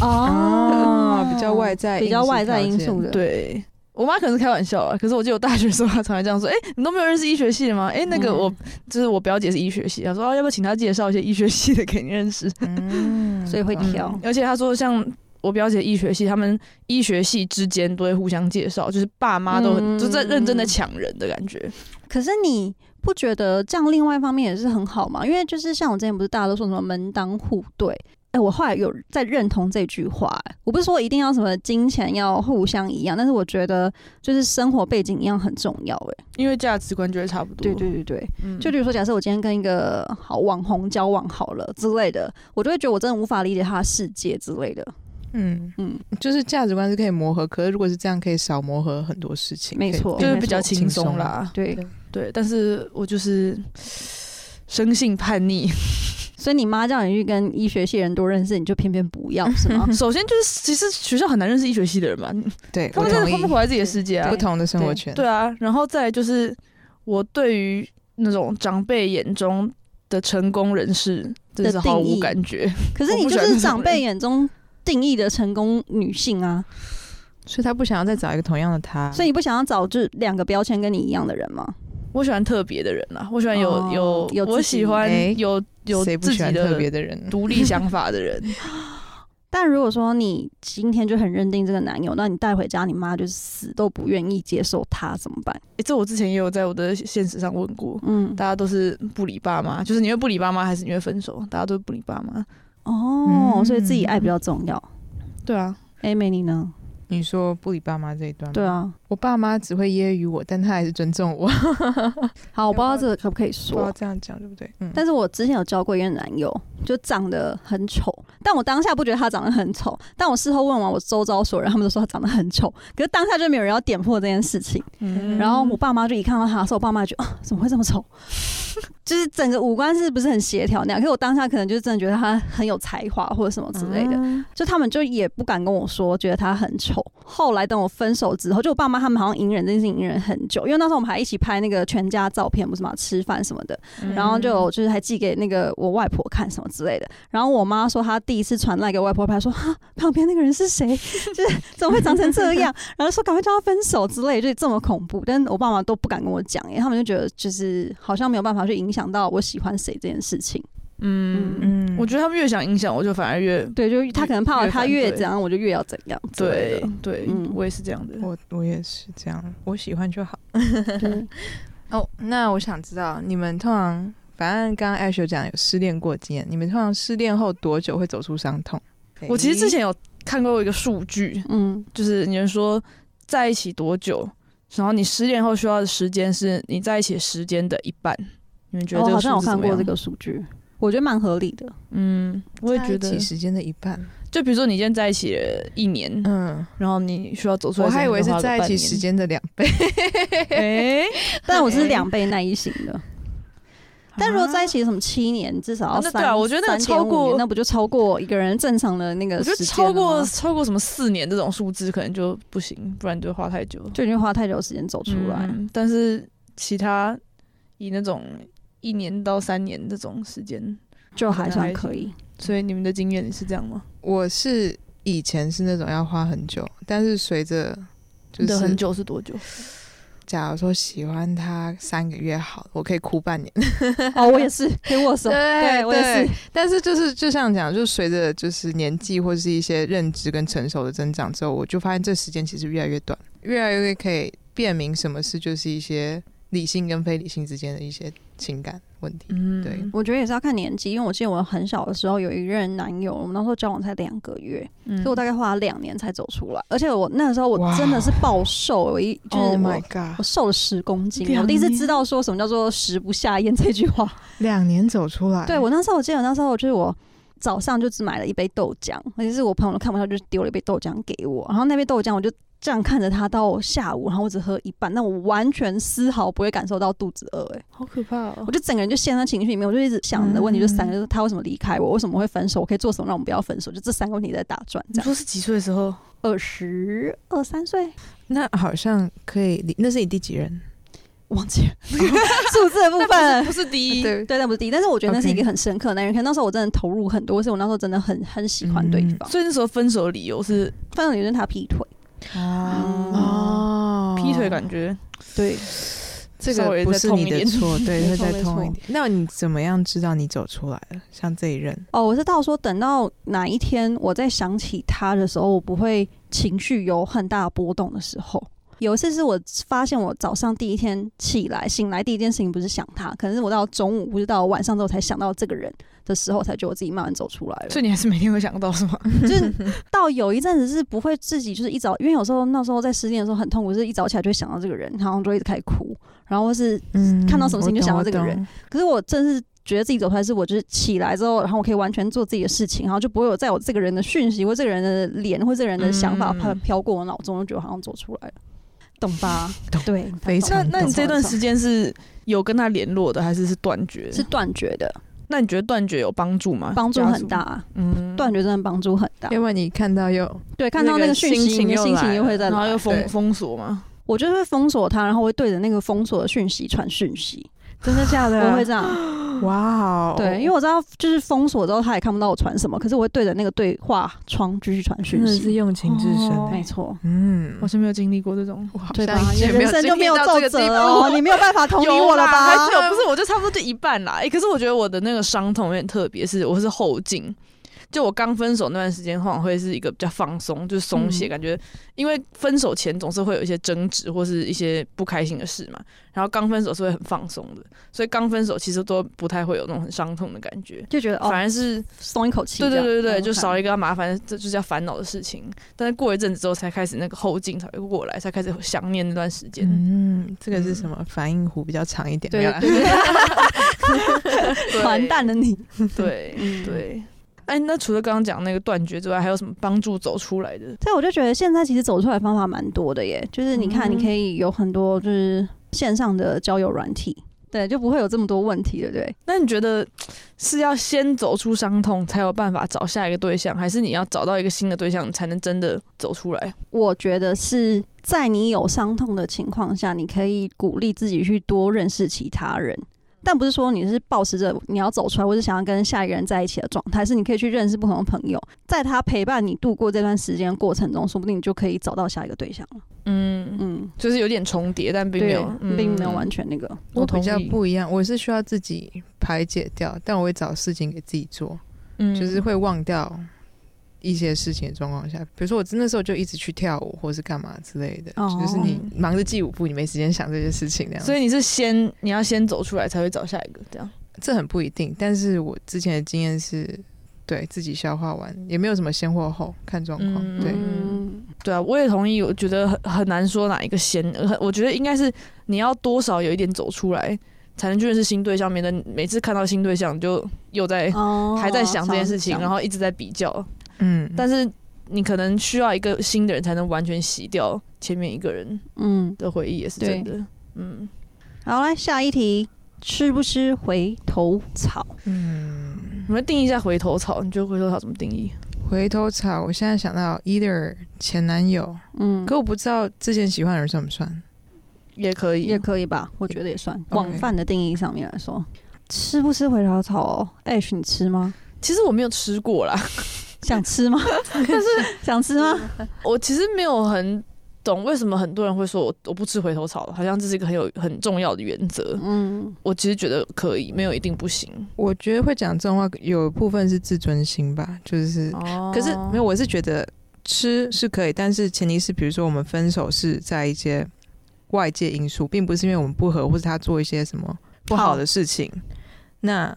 [SPEAKER 4] 哦，比较外在因素条件，
[SPEAKER 1] 比较外在因素的，
[SPEAKER 2] 对我妈可能是开玩笑啊，可是我记得我大学的时候，她常常这样说：“哎、你都没有认识医学系的吗？”哎、那个
[SPEAKER 1] 嗯
[SPEAKER 2] 我、就是我表姐是医学系，她说：“哦，要不要请她介绍一些医学系的给你认识
[SPEAKER 4] [laughs] 嗯，
[SPEAKER 1] 所以会挑。
[SPEAKER 2] 而且她说像。我表姐医学系，他们医学系之间都会互相介绍，就是爸妈都很、
[SPEAKER 1] 嗯
[SPEAKER 2] 就在认真的抢人的感觉。
[SPEAKER 1] 可是你不觉得这样另外一方面也是很好吗？因为就是像我之前不是大家都说什么门当户对。哎、我后来有在认同这句话、哎我不是说一定要什么金钱要互相一样，但是我觉得就是生活背景一样很重要、哎，
[SPEAKER 2] 因为价值观就会差不多。
[SPEAKER 1] 对，对对对，
[SPEAKER 2] 嗯、
[SPEAKER 1] 就比如说，假设我今天跟一个好网红交往好了之类的，我就会觉得我真的无法理解他的世界之类的。
[SPEAKER 4] 嗯
[SPEAKER 1] 嗯
[SPEAKER 4] 嗯，就是价值观是可以磨合，可是如果是这样，可以少磨合很多事情。
[SPEAKER 1] 没错
[SPEAKER 4] 可以
[SPEAKER 2] 就是
[SPEAKER 1] 没
[SPEAKER 2] 比较
[SPEAKER 1] 错
[SPEAKER 2] 轻松
[SPEAKER 4] 轻
[SPEAKER 2] 啦。
[SPEAKER 1] 对，
[SPEAKER 2] 对，但是我就是生性叛
[SPEAKER 4] [laughs]
[SPEAKER 2] 逆。
[SPEAKER 1] 所以你妈叫你去跟医学系人多认识，你就偏偏不要，是
[SPEAKER 2] [laughs]
[SPEAKER 1] 吗？
[SPEAKER 2] 首先就是，其实学校很难认识医学系的人嘛，
[SPEAKER 4] 对，
[SPEAKER 2] 他
[SPEAKER 4] 我
[SPEAKER 2] 们真的
[SPEAKER 4] 同
[SPEAKER 2] 混不
[SPEAKER 4] 意。
[SPEAKER 2] 回来自己的世界啊
[SPEAKER 4] 不。同的生活圈，
[SPEAKER 2] 对啊，然后再来就是我对于那种长辈眼中的成功人士，真的是
[SPEAKER 1] 的定
[SPEAKER 2] 毫无
[SPEAKER 1] 义
[SPEAKER 2] 感觉。
[SPEAKER 1] 可是你就
[SPEAKER 2] 我不喜欢这
[SPEAKER 1] 是
[SPEAKER 2] 种
[SPEAKER 1] 长辈眼中定义的成功女性啊，
[SPEAKER 4] 所以他不想要再找一个同样的他，
[SPEAKER 1] 所以你不想要找就是两个标签跟你一样的人吗？
[SPEAKER 2] 我喜欢特别的人啊，我喜欢有、
[SPEAKER 1] 哦有
[SPEAKER 2] 有，
[SPEAKER 1] 自
[SPEAKER 2] 我
[SPEAKER 1] 己
[SPEAKER 2] 喜欢
[SPEAKER 4] 哎
[SPEAKER 2] 有有
[SPEAKER 4] 谁不
[SPEAKER 2] 自
[SPEAKER 4] 喜
[SPEAKER 2] 己
[SPEAKER 4] 欢特别
[SPEAKER 2] 的
[SPEAKER 4] 的人？
[SPEAKER 2] 独立想法的
[SPEAKER 4] [laughs]
[SPEAKER 2] 人。
[SPEAKER 1] 但如果说你今天就很认定这个男友，那你带回家，你妈就是死都不愿意接受他，怎么办？
[SPEAKER 2] 诶这我之前也有在我的现实上问过，
[SPEAKER 1] 嗯，
[SPEAKER 2] 大家都是不理爸妈，就是你会不理爸妈，还是你会分手？大家都不理爸妈。
[SPEAKER 1] 哦，
[SPEAKER 4] 嗯
[SPEAKER 1] 所以自己爱比较重要。
[SPEAKER 2] 对啊，
[SPEAKER 1] 哎，美你呢？
[SPEAKER 4] 你说不理爸妈这一段吗？
[SPEAKER 1] 对啊，
[SPEAKER 4] 我爸妈只会揶揄我，但他还是尊重我。
[SPEAKER 1] 好，我不知道这个可不可以
[SPEAKER 4] [laughs] 不知道
[SPEAKER 1] 说。
[SPEAKER 4] 这样讲对不对？嗯，
[SPEAKER 1] 但是我之前有交过一个男友，就长得很丑，但我当下不觉得他长得很丑，但我事后问完我周遭所有人，他们都说他长得很丑，可是当下就没有人要点破这件事情。
[SPEAKER 4] 嗯
[SPEAKER 1] 然后我爸妈就一看到他的时候，我爸妈就啊，怎么会这么丑？ [laughs] 就是整个五官是不是很协调那样？可是我当下可能就真的觉得他很有才华或者什么之类
[SPEAKER 2] 嗯
[SPEAKER 1] 的，就他们就也不敢跟我说，觉得他很丑。后来等我分手之后，就我爸妈他们好像隐忍这件事情隐忍很久，因为那时候我们还一起拍那个全家照片，不是嘛，吃饭什么的，
[SPEAKER 4] 嗯
[SPEAKER 1] 然后就
[SPEAKER 2] 嗯
[SPEAKER 1] 有就是还寄给那个我外婆看什么之类的。然后我妈说她第一次传来给我外婆拍，说哈旁边那个人是谁？ [laughs] 就是怎么会长成这样？ [laughs] 然后说赶快叫他分手之类，就这么恐怖。但我爸妈都不敢跟我讲，因为他们就觉得就是好像没有办法去影响到我喜欢谁这件事情。
[SPEAKER 2] 嗯
[SPEAKER 1] 嗯
[SPEAKER 4] 嗯
[SPEAKER 2] 我觉得他们越想影响我，就反而越
[SPEAKER 1] 对，就他可能怕
[SPEAKER 2] 越
[SPEAKER 1] 我
[SPEAKER 2] 越
[SPEAKER 1] 他
[SPEAKER 2] 反
[SPEAKER 1] 越
[SPEAKER 2] 对
[SPEAKER 1] 怎样，我就越要怎样之类
[SPEAKER 2] 对
[SPEAKER 1] 的。
[SPEAKER 2] 对，
[SPEAKER 1] 嗯
[SPEAKER 2] 我也是这样的。
[SPEAKER 4] 我我也是这样，我喜欢 [laughs] 就好。
[SPEAKER 1] 对，
[SPEAKER 4] 哦，那我想知道你们通常，反正刚刚 Ash 有讲有失恋过经验，你们通常失恋后多久会走出伤痛？
[SPEAKER 2] 我其实之前有看过一个数据，
[SPEAKER 1] 嗯，
[SPEAKER 2] 就是你们说在一起多久，然后你失恋后需要的时间是你在一起时间的一半。你们觉得
[SPEAKER 1] 我哦
[SPEAKER 2] 这
[SPEAKER 1] 好
[SPEAKER 2] 个
[SPEAKER 1] 像有
[SPEAKER 2] 数字怎
[SPEAKER 1] 看
[SPEAKER 2] 么样？
[SPEAKER 1] 过这个数据，我觉得蛮合理
[SPEAKER 2] [laughs]
[SPEAKER 1] 的。
[SPEAKER 2] 嗯，我也觉
[SPEAKER 4] 在一
[SPEAKER 2] 得
[SPEAKER 4] 起，时间的一半，
[SPEAKER 2] 就比如说你今天在一起了一年，
[SPEAKER 4] 嗯，
[SPEAKER 2] 然后你需要走出来，
[SPEAKER 4] 我还以为是在一起时。间的两倍。
[SPEAKER 2] 哎，
[SPEAKER 1] 但我是两倍耐一型的。但如果在一起什么七年，至少
[SPEAKER 2] 啊
[SPEAKER 1] 要
[SPEAKER 2] 那
[SPEAKER 1] 三、
[SPEAKER 2] 对啊我觉得那个超过
[SPEAKER 1] 3.5年那不就超过一个人正常的那个
[SPEAKER 2] 我觉得
[SPEAKER 1] 时间了
[SPEAKER 2] 超
[SPEAKER 1] 吗
[SPEAKER 2] 过超过什么四年这种数字可能就不行，不然就花太久
[SPEAKER 1] 就已经花太久时间走出来。
[SPEAKER 2] 嗯但是其他以那种一年到三年这种时间，
[SPEAKER 1] 就还算可以。 [laughs]
[SPEAKER 2] 所以你们的经验是这样吗？
[SPEAKER 4] 我是以前是那种要花很久，但是随着就
[SPEAKER 2] 嗯你的
[SPEAKER 4] 是
[SPEAKER 2] 很，久是多久？
[SPEAKER 4] 假如说喜欢他三个月好，我可以哭半年。
[SPEAKER 1] 哦，我也是，可以握手。对，我也
[SPEAKER 4] 对
[SPEAKER 1] 是。
[SPEAKER 4] 但是就是就像讲，就是随着就是年纪或是一些认知跟成熟的增长之后，我就发现这时间其实越来越短，越来越可以辨明什么是就是一些理性跟非理性之间的一些情感问题。
[SPEAKER 2] 嗯
[SPEAKER 4] 对
[SPEAKER 1] 我觉得也是要看年纪，因为我记得我很小的时候有一任男友，我们那时候交往才两个月，
[SPEAKER 2] 嗯
[SPEAKER 1] 所以我大概花了两年才走出来。而且我那个时候我
[SPEAKER 4] 哇
[SPEAKER 1] 真的是暴瘦，我一就是
[SPEAKER 4] oh
[SPEAKER 1] 我
[SPEAKER 4] my。god！
[SPEAKER 1] 我瘦了十公斤，
[SPEAKER 2] 两年
[SPEAKER 1] 我第一次知道说什么叫做“食不下咽”这句话。
[SPEAKER 4] 两年走出来，
[SPEAKER 1] 对我那时候，我记得那时候就是我早上就只买了一杯豆浆，而且是我朋友都看不到，就是丢了一杯豆浆给我。然后那杯豆浆我就这样看着他到下午，然后我只喝一半，那我完全丝毫不会感受到肚子饿、欸，
[SPEAKER 2] 好可怕哦
[SPEAKER 1] 我！就整个人就陷在情绪里面，我就一直想的问题就三个，就是他为什么离开我，为什么会分手，我可以做什么让我们不要分手，就这三个问题在打转。
[SPEAKER 2] 你
[SPEAKER 1] 这样，
[SPEAKER 2] 说是几岁的时候？
[SPEAKER 1] 二十二三岁，
[SPEAKER 4] 那好像可以理，那是你第几任？
[SPEAKER 1] 忘记了 [laughs] 数字的部分。
[SPEAKER 2] [laughs] 不是第 [laughs] 一，
[SPEAKER 4] 对，
[SPEAKER 1] 对，那不是第一，但是我觉得那是
[SPEAKER 4] OK
[SPEAKER 1] 一个很深刻的男人。可能那时候我真的投入很多，是我那时候真的很很喜欢对
[SPEAKER 4] 嗯
[SPEAKER 1] 方。
[SPEAKER 2] 所以那时候分手的理由是
[SPEAKER 1] 分手理由是他劈腿，
[SPEAKER 4] 哦
[SPEAKER 2] 啊，劈腿感觉
[SPEAKER 1] 对，
[SPEAKER 4] 这
[SPEAKER 2] 稍
[SPEAKER 4] 个
[SPEAKER 2] 微
[SPEAKER 4] 不
[SPEAKER 2] 再
[SPEAKER 4] 是
[SPEAKER 2] 痛
[SPEAKER 4] 你
[SPEAKER 2] 一
[SPEAKER 4] 的
[SPEAKER 2] 点
[SPEAKER 4] 错，对，
[SPEAKER 2] 没
[SPEAKER 4] 会
[SPEAKER 2] 错
[SPEAKER 4] 再
[SPEAKER 2] 没
[SPEAKER 4] 痛一
[SPEAKER 2] 错
[SPEAKER 4] 点。那你怎么样知道你走出来了？像这一任，
[SPEAKER 1] 哦，我是到说等到哪一天我在想起他的时候，我不会情绪有很大波动的时候。有一次是我发现我早上第一天起来醒来第一件事情不是想他，可能是我到中午不知道晚上之后才想到这个人的时候，才觉得我自己慢慢走出来了。
[SPEAKER 2] 所以你还是每天会想到是吗？
[SPEAKER 1] 就是到有一阵子是不会自己就是一早，因为有时候那时候在失恋的时候很痛苦，就是一早起来就会想到这个人，然后就一直开始哭，然后或是
[SPEAKER 4] 嗯
[SPEAKER 1] 看到什么事情就想到这个人
[SPEAKER 4] 人，
[SPEAKER 1] 可是我正是觉得自己走出来，是我就是起来之后，然后我可以完全做自己的事情，然后就不会有在我这个人的讯息或这个人的脸或这个人的想法
[SPEAKER 2] 嗯
[SPEAKER 1] 飘飘过我脑中，就觉得好像走出来了，懂吧？
[SPEAKER 4] 懂
[SPEAKER 1] 对，
[SPEAKER 4] 非
[SPEAKER 1] 懂
[SPEAKER 2] [laughs] 那
[SPEAKER 4] 常
[SPEAKER 2] 那你
[SPEAKER 1] 懂
[SPEAKER 2] 这段
[SPEAKER 1] 懂
[SPEAKER 2] 时间是有跟他联络的，还是是断绝？
[SPEAKER 1] 是断绝的，
[SPEAKER 2] 那你觉得断绝有帮助
[SPEAKER 4] 啊
[SPEAKER 2] 吗？
[SPEAKER 1] 帮助
[SPEAKER 2] 加
[SPEAKER 1] 很
[SPEAKER 2] 速，
[SPEAKER 1] 大，
[SPEAKER 2] 嗯
[SPEAKER 1] 断绝真的帮助很大。
[SPEAKER 4] 要不然你看到又
[SPEAKER 1] 对，看到那个讯息，
[SPEAKER 4] 那
[SPEAKER 1] 你的
[SPEAKER 4] 个心情又
[SPEAKER 1] 心情
[SPEAKER 4] 来
[SPEAKER 1] 又会再
[SPEAKER 2] 然后
[SPEAKER 1] 来
[SPEAKER 2] 又，
[SPEAKER 4] 对
[SPEAKER 2] 封封锁嘛？
[SPEAKER 1] 我就会封锁他，然后会对着那个封锁的讯息传讯息，
[SPEAKER 4] 真的假的？
[SPEAKER 1] 我会这样。
[SPEAKER 4] 哇哦，
[SPEAKER 1] 对，因为我知道就是封锁之后他也看不到我传什么，可是我会对着那个对话窗继续传
[SPEAKER 4] 真
[SPEAKER 1] 讯
[SPEAKER 4] 的是
[SPEAKER 1] 息。
[SPEAKER 4] 用情至深
[SPEAKER 2] 哦
[SPEAKER 4] 欸
[SPEAKER 1] 没，错，
[SPEAKER 4] 嗯，
[SPEAKER 2] 我是没有经历过这种。
[SPEAKER 4] 我好
[SPEAKER 1] 对吧
[SPEAKER 4] 像？
[SPEAKER 1] 你
[SPEAKER 4] 也
[SPEAKER 1] 的人生就没有
[SPEAKER 4] 经历到
[SPEAKER 1] 皱
[SPEAKER 4] 这个
[SPEAKER 1] 褶
[SPEAKER 4] 地步
[SPEAKER 1] 哦， [laughs] 你没有办法同理
[SPEAKER 2] 有
[SPEAKER 1] 我了
[SPEAKER 2] 啦
[SPEAKER 1] 吧？
[SPEAKER 2] 还是有，不是，我就差不多就一半啦。哎、可是我觉得我的那个伤痛有点特别，是我是后劲。就我刚分手那段时间，往往会是一个比较放松，就是松懈，
[SPEAKER 1] 嗯
[SPEAKER 2] 感觉因为分手前总是会有一些争执或是一些不开心的事嘛，然后刚分手是会很放松的，所以刚分手其实都不太会有那种很伤痛的感觉，
[SPEAKER 1] 就觉得
[SPEAKER 2] 反
[SPEAKER 1] 哦，
[SPEAKER 2] 而是
[SPEAKER 1] 松一口气这
[SPEAKER 2] 对
[SPEAKER 1] 样。
[SPEAKER 2] 对对对，
[SPEAKER 1] 嗯
[SPEAKER 2] 就少
[SPEAKER 1] 反
[SPEAKER 2] 了一个要麻烦，这就是要烦恼的事情。但是过一阵子之后，才开始那个后劲才会过来，才开始想念那段时间。
[SPEAKER 4] 嗯，这个是什么？反应弧比较长一点，没有啦
[SPEAKER 1] [laughs] 对对对，
[SPEAKER 2] 对
[SPEAKER 1] 完蛋了
[SPEAKER 2] [laughs]
[SPEAKER 1] 你。
[SPEAKER 2] 对
[SPEAKER 1] 嗯
[SPEAKER 2] 对。哎，那除了刚刚讲那个断绝之外，还有什么帮助走出来的？
[SPEAKER 1] 所以我就觉得现在其实走出来的方法蛮多的耶，就是你看，
[SPEAKER 2] 嗯
[SPEAKER 1] 你可以有很多就是线上的交友软体，对，就不会有这么多问题了，对不对。
[SPEAKER 2] 那你觉得是要先走出伤痛，才有办法找下一个对象，还是你要找到一个新的对象，你才能真的走出来？
[SPEAKER 1] 我觉得是在你有伤痛的情况下，你可以鼓励自己去多认识其他人。但不是说你是保持着你要走出来，或是想要跟下一个人在一起的状态，是你可以去认识不同的朋友，在他陪伴你度过这段时间的过程中，说不定你就可以找到下一个对象了。
[SPEAKER 2] 嗯，
[SPEAKER 1] 嗯，
[SPEAKER 2] 就是有点重叠，但并
[SPEAKER 1] 对
[SPEAKER 2] 没有，，嗯
[SPEAKER 1] 并没有完全那个。
[SPEAKER 2] 我
[SPEAKER 4] 我比
[SPEAKER 2] 同
[SPEAKER 4] 较
[SPEAKER 2] 意
[SPEAKER 4] 不一样，我是需要自己排解掉，但我会找事情给自己做，
[SPEAKER 2] 嗯
[SPEAKER 4] 就是会忘掉一些事情的状况下，比如说我那时候就一直去跳舞或是干嘛之类的，
[SPEAKER 1] 哦
[SPEAKER 4] 就是你忙着记舞步，你没时间想这些事情那样。
[SPEAKER 2] 所以你是先你要先走出来，才会找下一个，这样。
[SPEAKER 4] 这很不一定，但是我之前的经验是。对自己消化完，也没有什么先或后，看状况。
[SPEAKER 2] 嗯
[SPEAKER 4] 对，
[SPEAKER 1] 嗯，
[SPEAKER 2] 对啊，我也同意，我觉得很很难说哪一个先，呃很我觉得应该是你要多少有一点走出来，才能去认识新对象，免得你每次看到新对象你就又在、
[SPEAKER 1] 哦
[SPEAKER 2] 哎还在想这件事情，然
[SPEAKER 1] 后
[SPEAKER 2] 后一直在比较，
[SPEAKER 4] 嗯，
[SPEAKER 2] 但是你可能需要一个新的人才能完全洗掉前面一个人
[SPEAKER 1] 嗯，
[SPEAKER 2] 的回忆，也是真的。嗯，
[SPEAKER 1] 好，来下一题，吃不吃回头草？
[SPEAKER 2] 我们定义一下回头草，你觉得回头草怎么定义？
[SPEAKER 4] 回头草，我现在想到 either 前男友，
[SPEAKER 1] 嗯，
[SPEAKER 4] 可我不知道之前喜欢的人算不算。
[SPEAKER 2] 也可以，
[SPEAKER 1] 也可以吧，我觉得也算。
[SPEAKER 4] OK
[SPEAKER 1] 广泛的定义上面来说，吃不吃回头草、哦、？Ash，你吃吗？
[SPEAKER 2] 其实我没有吃过啦， [laughs]
[SPEAKER 1] 想吃
[SPEAKER 4] [laughs]
[SPEAKER 1] 吗？想吃吗？
[SPEAKER 2] 我其实没有很懂为什么很多人会说我我不吃回头草，好像这是一个很有很重要的原则。
[SPEAKER 1] 嗯，
[SPEAKER 2] 我其实觉得可以，没有一定不行。
[SPEAKER 4] 我觉得会讲这种话，有部分是自尊心吧，就是。
[SPEAKER 2] 哦
[SPEAKER 4] 可是没有，我是觉得吃是可以，但是前提是，比如说我们分手是在一些外界因素，并不是因为我们不合，或是他做一些什么不好的事情，那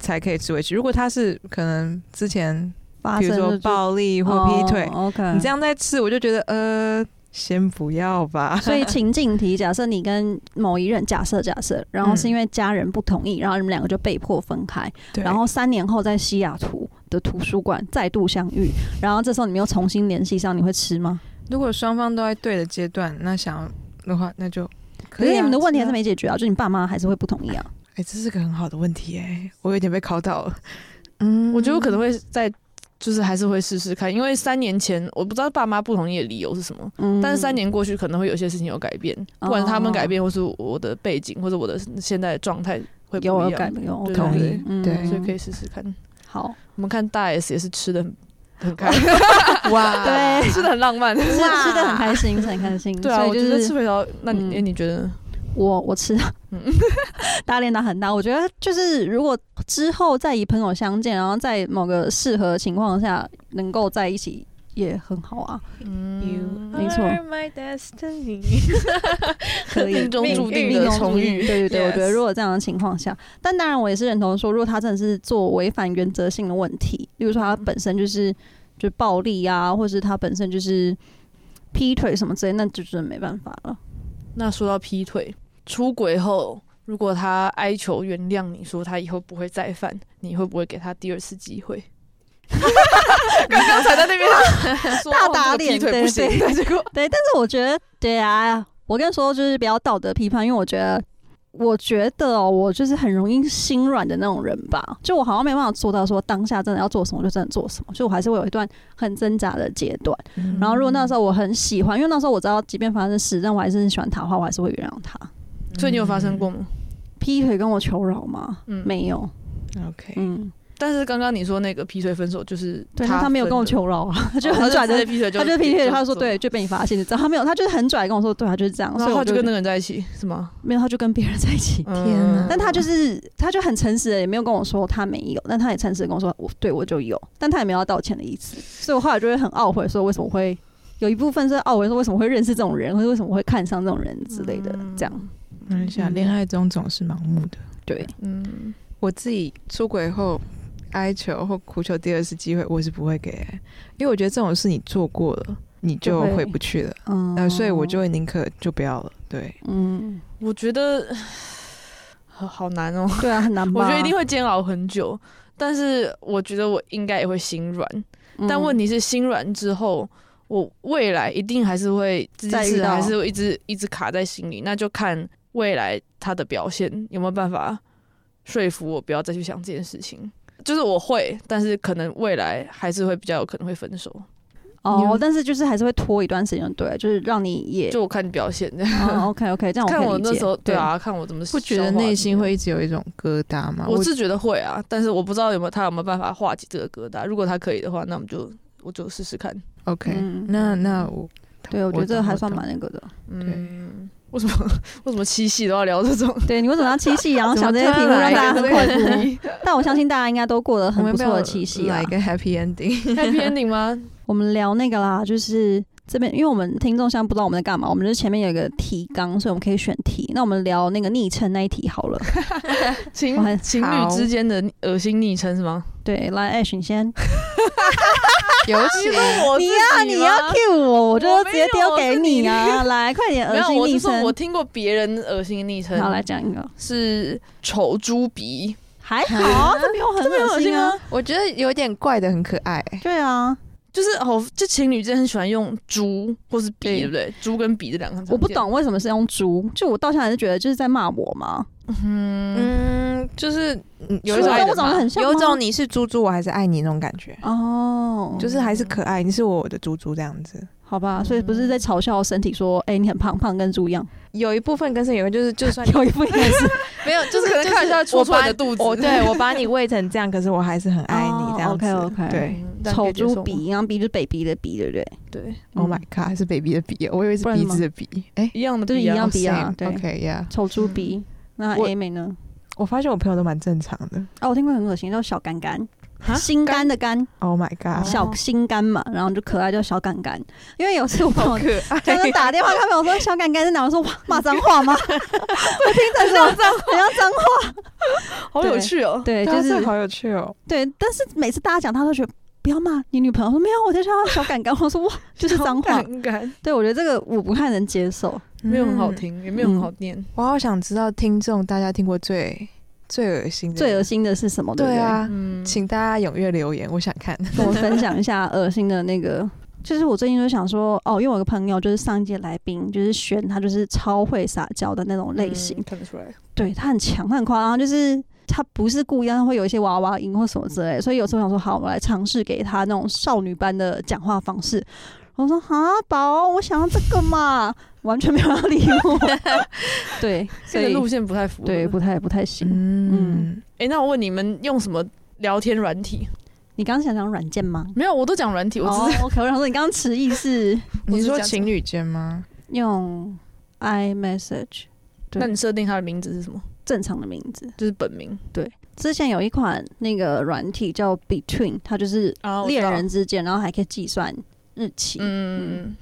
[SPEAKER 4] 才可以吃回去。如果他是可能之前，
[SPEAKER 1] 发
[SPEAKER 4] 比如
[SPEAKER 1] 生
[SPEAKER 4] 说
[SPEAKER 1] 了就
[SPEAKER 4] 暴力或劈腿，
[SPEAKER 1] 哦 OK，
[SPEAKER 4] 你这样再吃，我就觉得呃，先不要
[SPEAKER 1] [laughs]
[SPEAKER 4] 吧。
[SPEAKER 1] 所以情境题，假设你跟某一任假设假设，然后是
[SPEAKER 4] 嗯
[SPEAKER 1] 因为家人不同意，然后你们两个就被迫分开，
[SPEAKER 4] 对
[SPEAKER 1] 然后三年后在西雅图的图书馆再度相遇，然后这时候你们又重新联系上，你会吃吗？
[SPEAKER 4] 如果双方都在对的阶段，那想要的话，那就
[SPEAKER 1] 可
[SPEAKER 4] 可以、
[SPEAKER 1] 是
[SPEAKER 4] 啊。
[SPEAKER 1] 你们的问题还
[SPEAKER 4] 是
[SPEAKER 1] 是
[SPEAKER 4] 啊
[SPEAKER 1] 没解决啊，就你爸妈还是会不同意啊。
[SPEAKER 4] 哎、这是个很好的问题哎、我有点被考到了。嗯
[SPEAKER 2] 我觉得我
[SPEAKER 4] [laughs]
[SPEAKER 2] 可能会在，就是还是会试试看，因为三年前我不知道爸妈不同意的理由是什么，
[SPEAKER 1] 嗯，哦
[SPEAKER 2] 但是三年过去可能会有些事情有改变，不管是他们改变，或是我的背景，或者我的现在的状态会不
[SPEAKER 1] 有
[SPEAKER 2] 一
[SPEAKER 1] 有
[SPEAKER 2] 样
[SPEAKER 1] 改，变，有
[SPEAKER 2] 对
[SPEAKER 1] OK，
[SPEAKER 2] 同
[SPEAKER 4] 意
[SPEAKER 1] 嗯
[SPEAKER 4] 对
[SPEAKER 2] 所以可以试试看。
[SPEAKER 1] 好，
[SPEAKER 2] 我们看大 S 也是吃的
[SPEAKER 1] [laughs]
[SPEAKER 2] 很开，
[SPEAKER 4] 哇， [laughs]
[SPEAKER 1] 对，
[SPEAKER 2] 吃的很浪
[SPEAKER 1] [laughs]
[SPEAKER 2] 漫。
[SPEAKER 1] 吃啊吃的很开心，吃得很开心，
[SPEAKER 2] [laughs] 对啊，
[SPEAKER 1] 啊所
[SPEAKER 2] 我
[SPEAKER 1] 以就
[SPEAKER 2] 觉得吃
[SPEAKER 1] 是
[SPEAKER 2] 肥皂，那
[SPEAKER 1] 嗯
[SPEAKER 2] 你哎你觉得？
[SPEAKER 1] 我我吃
[SPEAKER 2] 嗯，
[SPEAKER 1] 打脸打很 [laughs] 大。我觉得就是如果之后再以朋友相见，然后在某个适合的情况下能够在一起。也很好啊，
[SPEAKER 2] 嗯
[SPEAKER 1] 没错
[SPEAKER 3] Are my destiny
[SPEAKER 1] 可以
[SPEAKER 2] 命中
[SPEAKER 1] 命
[SPEAKER 2] 注定
[SPEAKER 1] 命
[SPEAKER 2] 的
[SPEAKER 1] 中
[SPEAKER 2] 重
[SPEAKER 1] 注
[SPEAKER 2] 遇
[SPEAKER 1] 定对对对，
[SPEAKER 2] Yes
[SPEAKER 1] 我觉得如果这样的情况下，但当然我也是认同说，如果他真的是做违反原则性的问题，例如说
[SPEAKER 2] 嗯
[SPEAKER 1] 他本身就是就暴力啊，或是他本身就是劈腿什么之类，那就真的没办法了。
[SPEAKER 2] 那说到劈腿，出轨后，如果他哀求原谅你说他以后不会再犯，你会不会给他第二次机会？ [laughs] 刚刚才在那边说
[SPEAKER 1] 大
[SPEAKER 2] 哦
[SPEAKER 1] 打
[SPEAKER 2] 这个劈
[SPEAKER 1] 脸
[SPEAKER 2] 腿不行，
[SPEAKER 1] 对
[SPEAKER 2] 但结果
[SPEAKER 1] 对，但是我觉得，对啊，我跟你说，就是不要道德批判，因为我觉得，我觉得、哦、我就是很容易心软的那种人吧。就我好像没办法做到说当下真的要做什么就真的做什么，就我还是会有一段很挣扎的阶段。 [laughs] 然后如果
[SPEAKER 2] 嗯
[SPEAKER 1] 那时候我很喜欢，因为那时候我知道，即便发生事，但我还是很喜欢他的话，我还是会原谅他。
[SPEAKER 2] 所以你有发生过吗？
[SPEAKER 1] 劈腿跟我求饶吗？
[SPEAKER 2] 嗯
[SPEAKER 1] 没有。
[SPEAKER 4] OK， [laughs]
[SPEAKER 1] 嗯，
[SPEAKER 2] 但是刚刚你说那个劈腿分手就是
[SPEAKER 1] 对，那他没有跟我
[SPEAKER 2] 分的，哦
[SPEAKER 1] 求饶啊，他
[SPEAKER 2] 他
[SPEAKER 1] [laughs] 就很拽
[SPEAKER 2] 直接
[SPEAKER 1] 的，
[SPEAKER 2] 劈腿就，
[SPEAKER 1] 他就劈腿，他就说
[SPEAKER 2] 走，
[SPEAKER 1] 对，就被你发现，你知道他没有，他就是很拽地跟我说，对啊，就是这样，
[SPEAKER 2] 然
[SPEAKER 1] 所以
[SPEAKER 2] 后
[SPEAKER 1] 我
[SPEAKER 2] 他就
[SPEAKER 1] 就
[SPEAKER 2] 跟那个人在一起是吗？
[SPEAKER 1] 没有，他就跟别人在一起。
[SPEAKER 4] 天哪
[SPEAKER 2] 嗯
[SPEAKER 1] 但他就是，他就很诚实的，也没有跟我说他没有，但他也诚实地跟我说，我对我就有，但他也没有要道歉的意思，所以我后来就会很懊悔，说为什么会有一部分是懊悔，说为什么会认识这种人，或者为什么会看上这种人之类的，
[SPEAKER 2] 嗯
[SPEAKER 1] 这样
[SPEAKER 4] 我在想，恋爱中总是盲目的。
[SPEAKER 1] 对，
[SPEAKER 2] 嗯，
[SPEAKER 4] 我自己出轨后哀求或苦求第二次机会，我是不会给、欸，因为我觉得这种事你做过了，你就
[SPEAKER 1] 就会
[SPEAKER 4] 回不去了。
[SPEAKER 1] 嗯，
[SPEAKER 4] 呃，所以我就会宁可就不要了。对，
[SPEAKER 1] 嗯，
[SPEAKER 2] 我觉得 [sighs] 好好难哦。
[SPEAKER 1] 对啊，很难吧，
[SPEAKER 2] 我觉得一定会煎熬很久，但是我觉得我应该也会心软。
[SPEAKER 1] 嗯，
[SPEAKER 2] 但问题是，心软之后，我未来一定还是会这件
[SPEAKER 1] 再遇
[SPEAKER 2] 事
[SPEAKER 1] 到
[SPEAKER 2] 还是会一直一直卡在心里，那就看未来他的表现有没有办法说服我不要再去想这件事情。就是我会，但是可能未来还是会比较有可能会分手。
[SPEAKER 1] 哦，但是就是还是会拖一段时间，对了，就是让你也
[SPEAKER 2] 就我看你表现，
[SPEAKER 1] 哦 OK OK，这样
[SPEAKER 2] 看
[SPEAKER 1] 我
[SPEAKER 2] 我
[SPEAKER 1] 可以理
[SPEAKER 2] 那
[SPEAKER 1] 解
[SPEAKER 2] 时候对，啊，看我怎么
[SPEAKER 4] 不觉得
[SPEAKER 2] 消化
[SPEAKER 4] 内心
[SPEAKER 2] 你的
[SPEAKER 4] 会一直有一种疙瘩吗？
[SPEAKER 2] 我是觉得会啊，但是我不知道有没有他有没有办法化解这个疙瘩。如果他可以的话，那我们就我就试试看。
[SPEAKER 4] OK，、
[SPEAKER 1] 嗯
[SPEAKER 4] 那那我
[SPEAKER 1] 对，我觉得这个
[SPEAKER 4] 懂
[SPEAKER 1] 还
[SPEAKER 4] 我
[SPEAKER 1] 算
[SPEAKER 4] 懂
[SPEAKER 1] 蛮那个的。
[SPEAKER 2] 嗯，为什么为什么七夕都要聊这
[SPEAKER 1] [laughs]
[SPEAKER 2] 种？
[SPEAKER 1] 对你为什么要七夕，
[SPEAKER 2] [laughs]
[SPEAKER 1] 然后
[SPEAKER 4] 怎么
[SPEAKER 1] 哦想这些题目
[SPEAKER 4] 突然
[SPEAKER 2] 啊
[SPEAKER 1] 让大家
[SPEAKER 4] 来
[SPEAKER 1] 很
[SPEAKER 4] 一个
[SPEAKER 1] 快
[SPEAKER 4] 这个
[SPEAKER 1] 哭？
[SPEAKER 4] [laughs]
[SPEAKER 1] 但我相信大家应该都过得
[SPEAKER 4] 我
[SPEAKER 1] 很
[SPEAKER 4] 们
[SPEAKER 1] 不
[SPEAKER 4] 不
[SPEAKER 1] 错
[SPEAKER 4] 要
[SPEAKER 1] 的七夕啊
[SPEAKER 4] 来。个 happy [laughs] ending。
[SPEAKER 2] happy ending 吗？
[SPEAKER 1] 我们聊那个啦，就是这边，因为我们听众现在不知道我们在干嘛，我们就是前面有一个提纲，所以我们可以选题。那我们聊那个昵称那一题好了。
[SPEAKER 2] 情
[SPEAKER 1] 我很
[SPEAKER 2] 情侣
[SPEAKER 4] 好
[SPEAKER 2] 之间的恶心昵称是吗？
[SPEAKER 1] 对，来 Ash 你先，你
[SPEAKER 4] 有请
[SPEAKER 2] 我
[SPEAKER 1] 要你要 cue 我，我就
[SPEAKER 2] 我
[SPEAKER 1] 直
[SPEAKER 2] 没
[SPEAKER 1] 接丢
[SPEAKER 2] 有
[SPEAKER 1] 给
[SPEAKER 2] 是
[SPEAKER 1] 你
[SPEAKER 2] 你 [laughs]
[SPEAKER 1] 啊！来，快点，恶
[SPEAKER 2] 没有，
[SPEAKER 1] 心
[SPEAKER 2] 我
[SPEAKER 1] 昵
[SPEAKER 2] 是说我
[SPEAKER 1] 称。
[SPEAKER 2] 听过别人恶心昵称，
[SPEAKER 1] 好，来讲一个，
[SPEAKER 2] 是丑猪鼻，
[SPEAKER 1] 还好 [laughs] 啊，这没有很
[SPEAKER 2] 这没有
[SPEAKER 1] 恶
[SPEAKER 2] 恶
[SPEAKER 1] 心
[SPEAKER 2] 心
[SPEAKER 1] 啊
[SPEAKER 2] 啊。
[SPEAKER 4] 我觉得有点怪的，很可爱、欸
[SPEAKER 1] 对啊，
[SPEAKER 2] 就是哦，就情侣之间很喜欢用猪或是
[SPEAKER 1] 对
[SPEAKER 2] 鼻，对不对？猪跟鼻这两个很常
[SPEAKER 1] 我不
[SPEAKER 2] 见，
[SPEAKER 1] 懂为什么是用猪，就我到现在还是觉得就是在骂我嘛。
[SPEAKER 2] 嗯，
[SPEAKER 4] 嗯，就是嗯有
[SPEAKER 1] 是
[SPEAKER 4] 一
[SPEAKER 1] 不是
[SPEAKER 4] 种
[SPEAKER 2] 爱
[SPEAKER 1] 跟
[SPEAKER 2] 的
[SPEAKER 1] 我长得
[SPEAKER 2] 嘛
[SPEAKER 1] 很像吗，
[SPEAKER 4] 有一种你是猪猪，我还是爱你那种感觉，
[SPEAKER 1] 哦，
[SPEAKER 4] 就是还是可爱，你是我的猪猪这样子。
[SPEAKER 1] 好吧，所以不是在嘲笑身体说，哎、你很胖，胖跟猪一样，
[SPEAKER 4] 有一部分跟身有关，就是就
[SPEAKER 1] [laughs]
[SPEAKER 4] 算你
[SPEAKER 1] 有一部也是
[SPEAKER 4] 没有，
[SPEAKER 2] 就是可能看一下戳
[SPEAKER 4] 我
[SPEAKER 2] 出来
[SPEAKER 4] 把
[SPEAKER 2] 的肚子
[SPEAKER 1] 哦
[SPEAKER 4] 我对我 [laughs] 把你喂成这样，可是我还是很爱你这样子。
[SPEAKER 1] 哦，OK，OK
[SPEAKER 4] 对
[SPEAKER 2] 嗯
[SPEAKER 1] 丑猪，鼻，然后鼻就是北鼻的鼻，对不对？
[SPEAKER 2] 对，
[SPEAKER 4] ，Oh my god，是 baby 的鼻，我以为是
[SPEAKER 1] 嗯不然
[SPEAKER 4] 鼻
[SPEAKER 1] 什么
[SPEAKER 4] 子的鼻。哎，
[SPEAKER 2] 一样的
[SPEAKER 1] 就是
[SPEAKER 2] 鼻
[SPEAKER 1] 一
[SPEAKER 2] 啊
[SPEAKER 1] 样鼻啊
[SPEAKER 4] same，
[SPEAKER 1] 对
[SPEAKER 4] OK，Yeah，
[SPEAKER 1] 丑猪鼻。那
[SPEAKER 4] 我
[SPEAKER 1] A 美呢？
[SPEAKER 4] 我发现我朋友都蛮正常的。
[SPEAKER 1] 哦，我听过很恶心，叫小干干，
[SPEAKER 2] 哈
[SPEAKER 1] 心肝的肝，
[SPEAKER 4] Oh my god，
[SPEAKER 1] 小心肝嘛，然后就可爱叫小干干。因为有次我朋友
[SPEAKER 4] 可爱
[SPEAKER 1] 就是打电话，他跟我说小干干在哪？我说哇，骂脏话吗？我 [laughs] 听成什么脏，很像脏话。
[SPEAKER 2] 好有趣哦。
[SPEAKER 1] 对，
[SPEAKER 4] 对啊
[SPEAKER 1] 就
[SPEAKER 4] 这
[SPEAKER 1] 是
[SPEAKER 4] 好有趣哦。
[SPEAKER 1] 对，但是每次大家讲，他都觉得不要骂你女朋友。我说没有，我在叫她小干干。我说哇，就是脏话。
[SPEAKER 2] 感感
[SPEAKER 1] 对，我觉得这个我不太能接受。
[SPEAKER 2] 没有很
[SPEAKER 4] 嗯
[SPEAKER 2] 好
[SPEAKER 1] 嗯
[SPEAKER 2] 听，也没有很好念。
[SPEAKER 4] 我好想知道听众大家听过最最恶心的，
[SPEAKER 1] 最恶心的是什么？对不
[SPEAKER 4] 对
[SPEAKER 1] 对，
[SPEAKER 4] 啊，
[SPEAKER 2] 嗯，
[SPEAKER 4] 请大家踊跃留言，我想看。
[SPEAKER 1] 跟我分享一下恶心的那个就是我最近就想说，哦，因为我有个朋友就是上一届来宾，就是轩，他就是超会撒娇的那种类型，
[SPEAKER 2] 嗯看得出来。
[SPEAKER 1] 对他很强，他很夸张，就是他不是故意，但他会有一些娃娃音或什么之
[SPEAKER 2] 嗯
[SPEAKER 1] 类的，所以有时候想说，好，我来尝试给他那种少女般的讲话方式。我说哈宝，我想要这个嘛，完全没有要理
[SPEAKER 2] [laughs]
[SPEAKER 1] 我。对，所
[SPEAKER 2] 这个
[SPEAKER 1] 以
[SPEAKER 2] 路线不太符合。
[SPEAKER 1] 对不太不太行。
[SPEAKER 4] 嗯，
[SPEAKER 2] 哎、那我问你们用什么聊天软体？
[SPEAKER 1] 你刚刚想讲软件吗？
[SPEAKER 2] 没有，我都讲软 [laughs] 体，我只是、
[SPEAKER 1] 哦、OK，我想说你刚刚迟疑是
[SPEAKER 2] 我
[SPEAKER 4] 你
[SPEAKER 2] 是
[SPEAKER 4] 说
[SPEAKER 2] 讲什
[SPEAKER 4] 情
[SPEAKER 2] 么
[SPEAKER 4] 侣间吗？
[SPEAKER 1] 用 iMessage 对
[SPEAKER 2] 那你设定它的名字是什么？
[SPEAKER 1] 正常的名字。
[SPEAKER 2] 就是本名
[SPEAKER 1] 之前有一款那个软体叫 Between，它就是
[SPEAKER 2] 啊
[SPEAKER 1] 恋人。之间，然后还可以计算日期。
[SPEAKER 2] 嗯，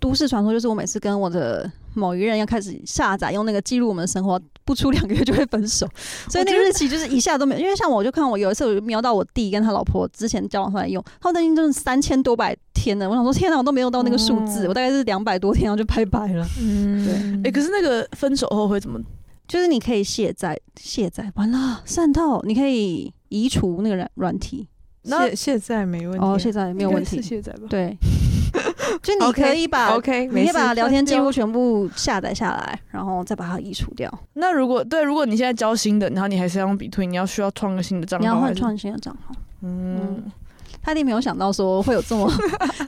[SPEAKER 1] 都市传说就是我每次跟我的某一任要开始下载用那个记录我们的生活，不出两个月就会分手，所以那个日期就是一下都没有。因为像我就看我有一次我就瞄到我弟跟他老婆之前交往出来用，他们已经就是三千多百天了，我想说天哪，我都没有到那个数字，
[SPEAKER 2] 哦
[SPEAKER 1] 我大概是两百多天，然后就拜拜了。
[SPEAKER 4] 嗯，
[SPEAKER 1] 对
[SPEAKER 2] 哎、可是那个分手后会怎么？
[SPEAKER 1] 就是你可以卸载，卸载完了渗透，你可以移除那个软软体，
[SPEAKER 2] 那
[SPEAKER 4] 现现在没问题啊啊。
[SPEAKER 1] 哦，卸载没有问
[SPEAKER 2] 应
[SPEAKER 1] 题
[SPEAKER 2] 该是，卸载吧。
[SPEAKER 1] 对，就你可以把
[SPEAKER 4] OK，
[SPEAKER 1] 你
[SPEAKER 4] 没
[SPEAKER 1] 可以
[SPEAKER 4] 事
[SPEAKER 1] 把聊天
[SPEAKER 4] [laughs]
[SPEAKER 1] 记录全部下载下来，然后再把它移除掉。
[SPEAKER 2] 那如果对，如果你现在交新的，然后你还是要用比特，你要需要创个新的账号，
[SPEAKER 1] 你要
[SPEAKER 2] 还
[SPEAKER 1] 换
[SPEAKER 2] 是
[SPEAKER 1] 创新的账号，
[SPEAKER 2] 嗯，
[SPEAKER 1] 他一定没有想到说会有
[SPEAKER 2] [laughs]
[SPEAKER 1] 这么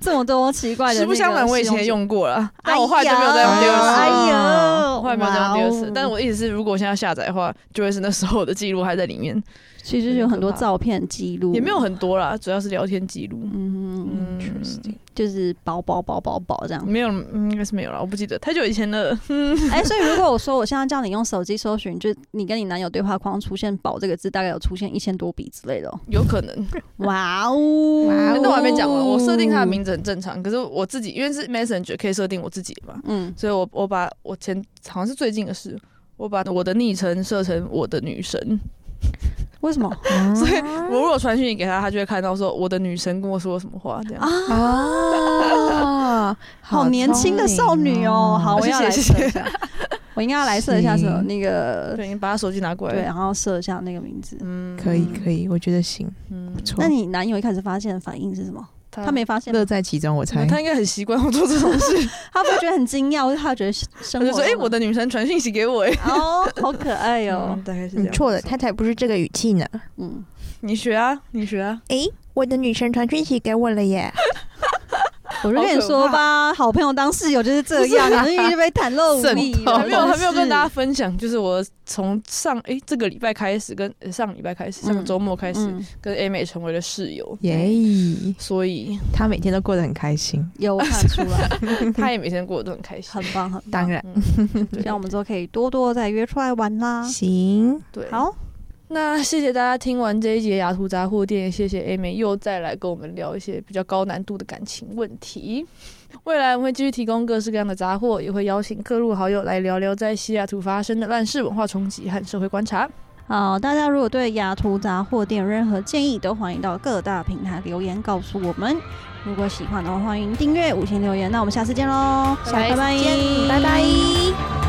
[SPEAKER 1] 这么多奇嗯怪的。
[SPEAKER 2] 实不相瞒，我以前也，用过了，但我后来就没有再用第
[SPEAKER 1] 哎
[SPEAKER 2] 二
[SPEAKER 1] 呦
[SPEAKER 2] 次。嗯
[SPEAKER 1] 哎呦，
[SPEAKER 2] 我后来没有再用第二次，但
[SPEAKER 1] 哇哦
[SPEAKER 2] 我意思是，如果我现在下载的话，就会是那时候我的记录还在里面，
[SPEAKER 1] 其实有很多照片记录，
[SPEAKER 2] 也没有，很多啦，主要是聊天记录，
[SPEAKER 1] 嗯，
[SPEAKER 2] 嗯，
[SPEAKER 1] 就是薄薄薄薄薄这样。
[SPEAKER 2] 没有，嗯应该是没有了，我不记得太久以前了。
[SPEAKER 1] 哎，所以如果我说我现在叫你用手机搜寻，就是你跟你男友对话框出现“宝”这个字，大概有出现一千多笔之类的哦。
[SPEAKER 2] 有可能，哎
[SPEAKER 1] 哇哦，
[SPEAKER 4] 哇哦
[SPEAKER 2] 那我还没讲完。我设定他的，名字很正常，可是我自己因为是 Messenger 可以设定我自己的嘛，
[SPEAKER 1] 嗯，
[SPEAKER 2] 所以我我把我前好像是最近的事，我把我的昵称设成我的女神，
[SPEAKER 1] 为什么
[SPEAKER 2] 所以
[SPEAKER 4] 啊
[SPEAKER 2] 我如果传讯息给他，他就会看到说我的女神跟我说什么话这样。
[SPEAKER 1] 啊？
[SPEAKER 4] 啊，
[SPEAKER 1] 好年轻的少女哦，好，我
[SPEAKER 2] 谢
[SPEAKER 1] 要
[SPEAKER 2] 谢
[SPEAKER 1] 来
[SPEAKER 2] 谢
[SPEAKER 1] 设一
[SPEAKER 2] 谢。 [laughs]
[SPEAKER 1] 下，我应该要来设一下什么
[SPEAKER 4] 行
[SPEAKER 1] 那个
[SPEAKER 2] 对，你把他手机拿过来。
[SPEAKER 1] 对，然后设一下那个名字。
[SPEAKER 2] 嗯
[SPEAKER 4] 啊可以可以，我觉得行，
[SPEAKER 2] 嗯
[SPEAKER 4] 不错。
[SPEAKER 1] 那你男友一开始发现的反应是什么？
[SPEAKER 2] 他
[SPEAKER 1] 他没发现吗
[SPEAKER 4] 乐，在其嗯中，我猜。
[SPEAKER 2] 他应该很习惯我做这种事，
[SPEAKER 1] 他不会觉得很惊讶，或者他觉得
[SPEAKER 2] 他
[SPEAKER 1] 生活
[SPEAKER 2] 就
[SPEAKER 1] 中
[SPEAKER 2] 说：“哎，我的女神传讯息给我。” [laughs] 哎，
[SPEAKER 1] 哦，好可爱哦哟
[SPEAKER 2] 嗯，大概是这
[SPEAKER 4] 你
[SPEAKER 2] 样。
[SPEAKER 4] 错了，太太不是这个语气呢。
[SPEAKER 1] 嗯，
[SPEAKER 2] 你学啊，你学啊。
[SPEAKER 4] 诶，我的女神传讯息给我了耶。
[SPEAKER 1] 我就跟你说吧，好朋友当室友就是这样，
[SPEAKER 2] [laughs]
[SPEAKER 1] 你就被袒露无
[SPEAKER 4] 渗
[SPEAKER 1] 遗。
[SPEAKER 4] 透
[SPEAKER 2] 还没有啊还没有跟大家
[SPEAKER 1] 家
[SPEAKER 2] 分享，就是我从上哎、这个礼拜开始跟、呃上礼拜开始，上个周末
[SPEAKER 1] 嗯
[SPEAKER 2] 开始、跟 A 美成为了室友，
[SPEAKER 4] 耶，
[SPEAKER 2] 所以
[SPEAKER 4] 他每天都过得很开心。
[SPEAKER 1] 有看出来，
[SPEAKER 2] 她也每天过得都很开心嗯
[SPEAKER 1] 很。棒
[SPEAKER 2] [laughs]
[SPEAKER 1] 很
[SPEAKER 4] 当
[SPEAKER 1] 棒。
[SPEAKER 4] 然，
[SPEAKER 1] [laughs] 希望我们之后可以多多再约出来玩啦。
[SPEAKER 4] 行，
[SPEAKER 2] 对，
[SPEAKER 1] 好，
[SPEAKER 2] 那谢谢大家听完这一节雅图杂货店，谢谢 A 美又再来跟我们聊一些比较高难度的感情问题。未来我们会继续提供各式各样的杂货，也会邀请各路好友来聊聊在西雅图发生的烂事、文化冲击和社会观察。
[SPEAKER 1] 好，大家如果对雅图杂货店有任何建议，都欢迎到各大平台留言告诉我们。如果喜欢的话，欢迎订阅、五星留言。那我们下次见喽，
[SPEAKER 2] 拜拜
[SPEAKER 1] 拜拜，
[SPEAKER 4] 拜拜。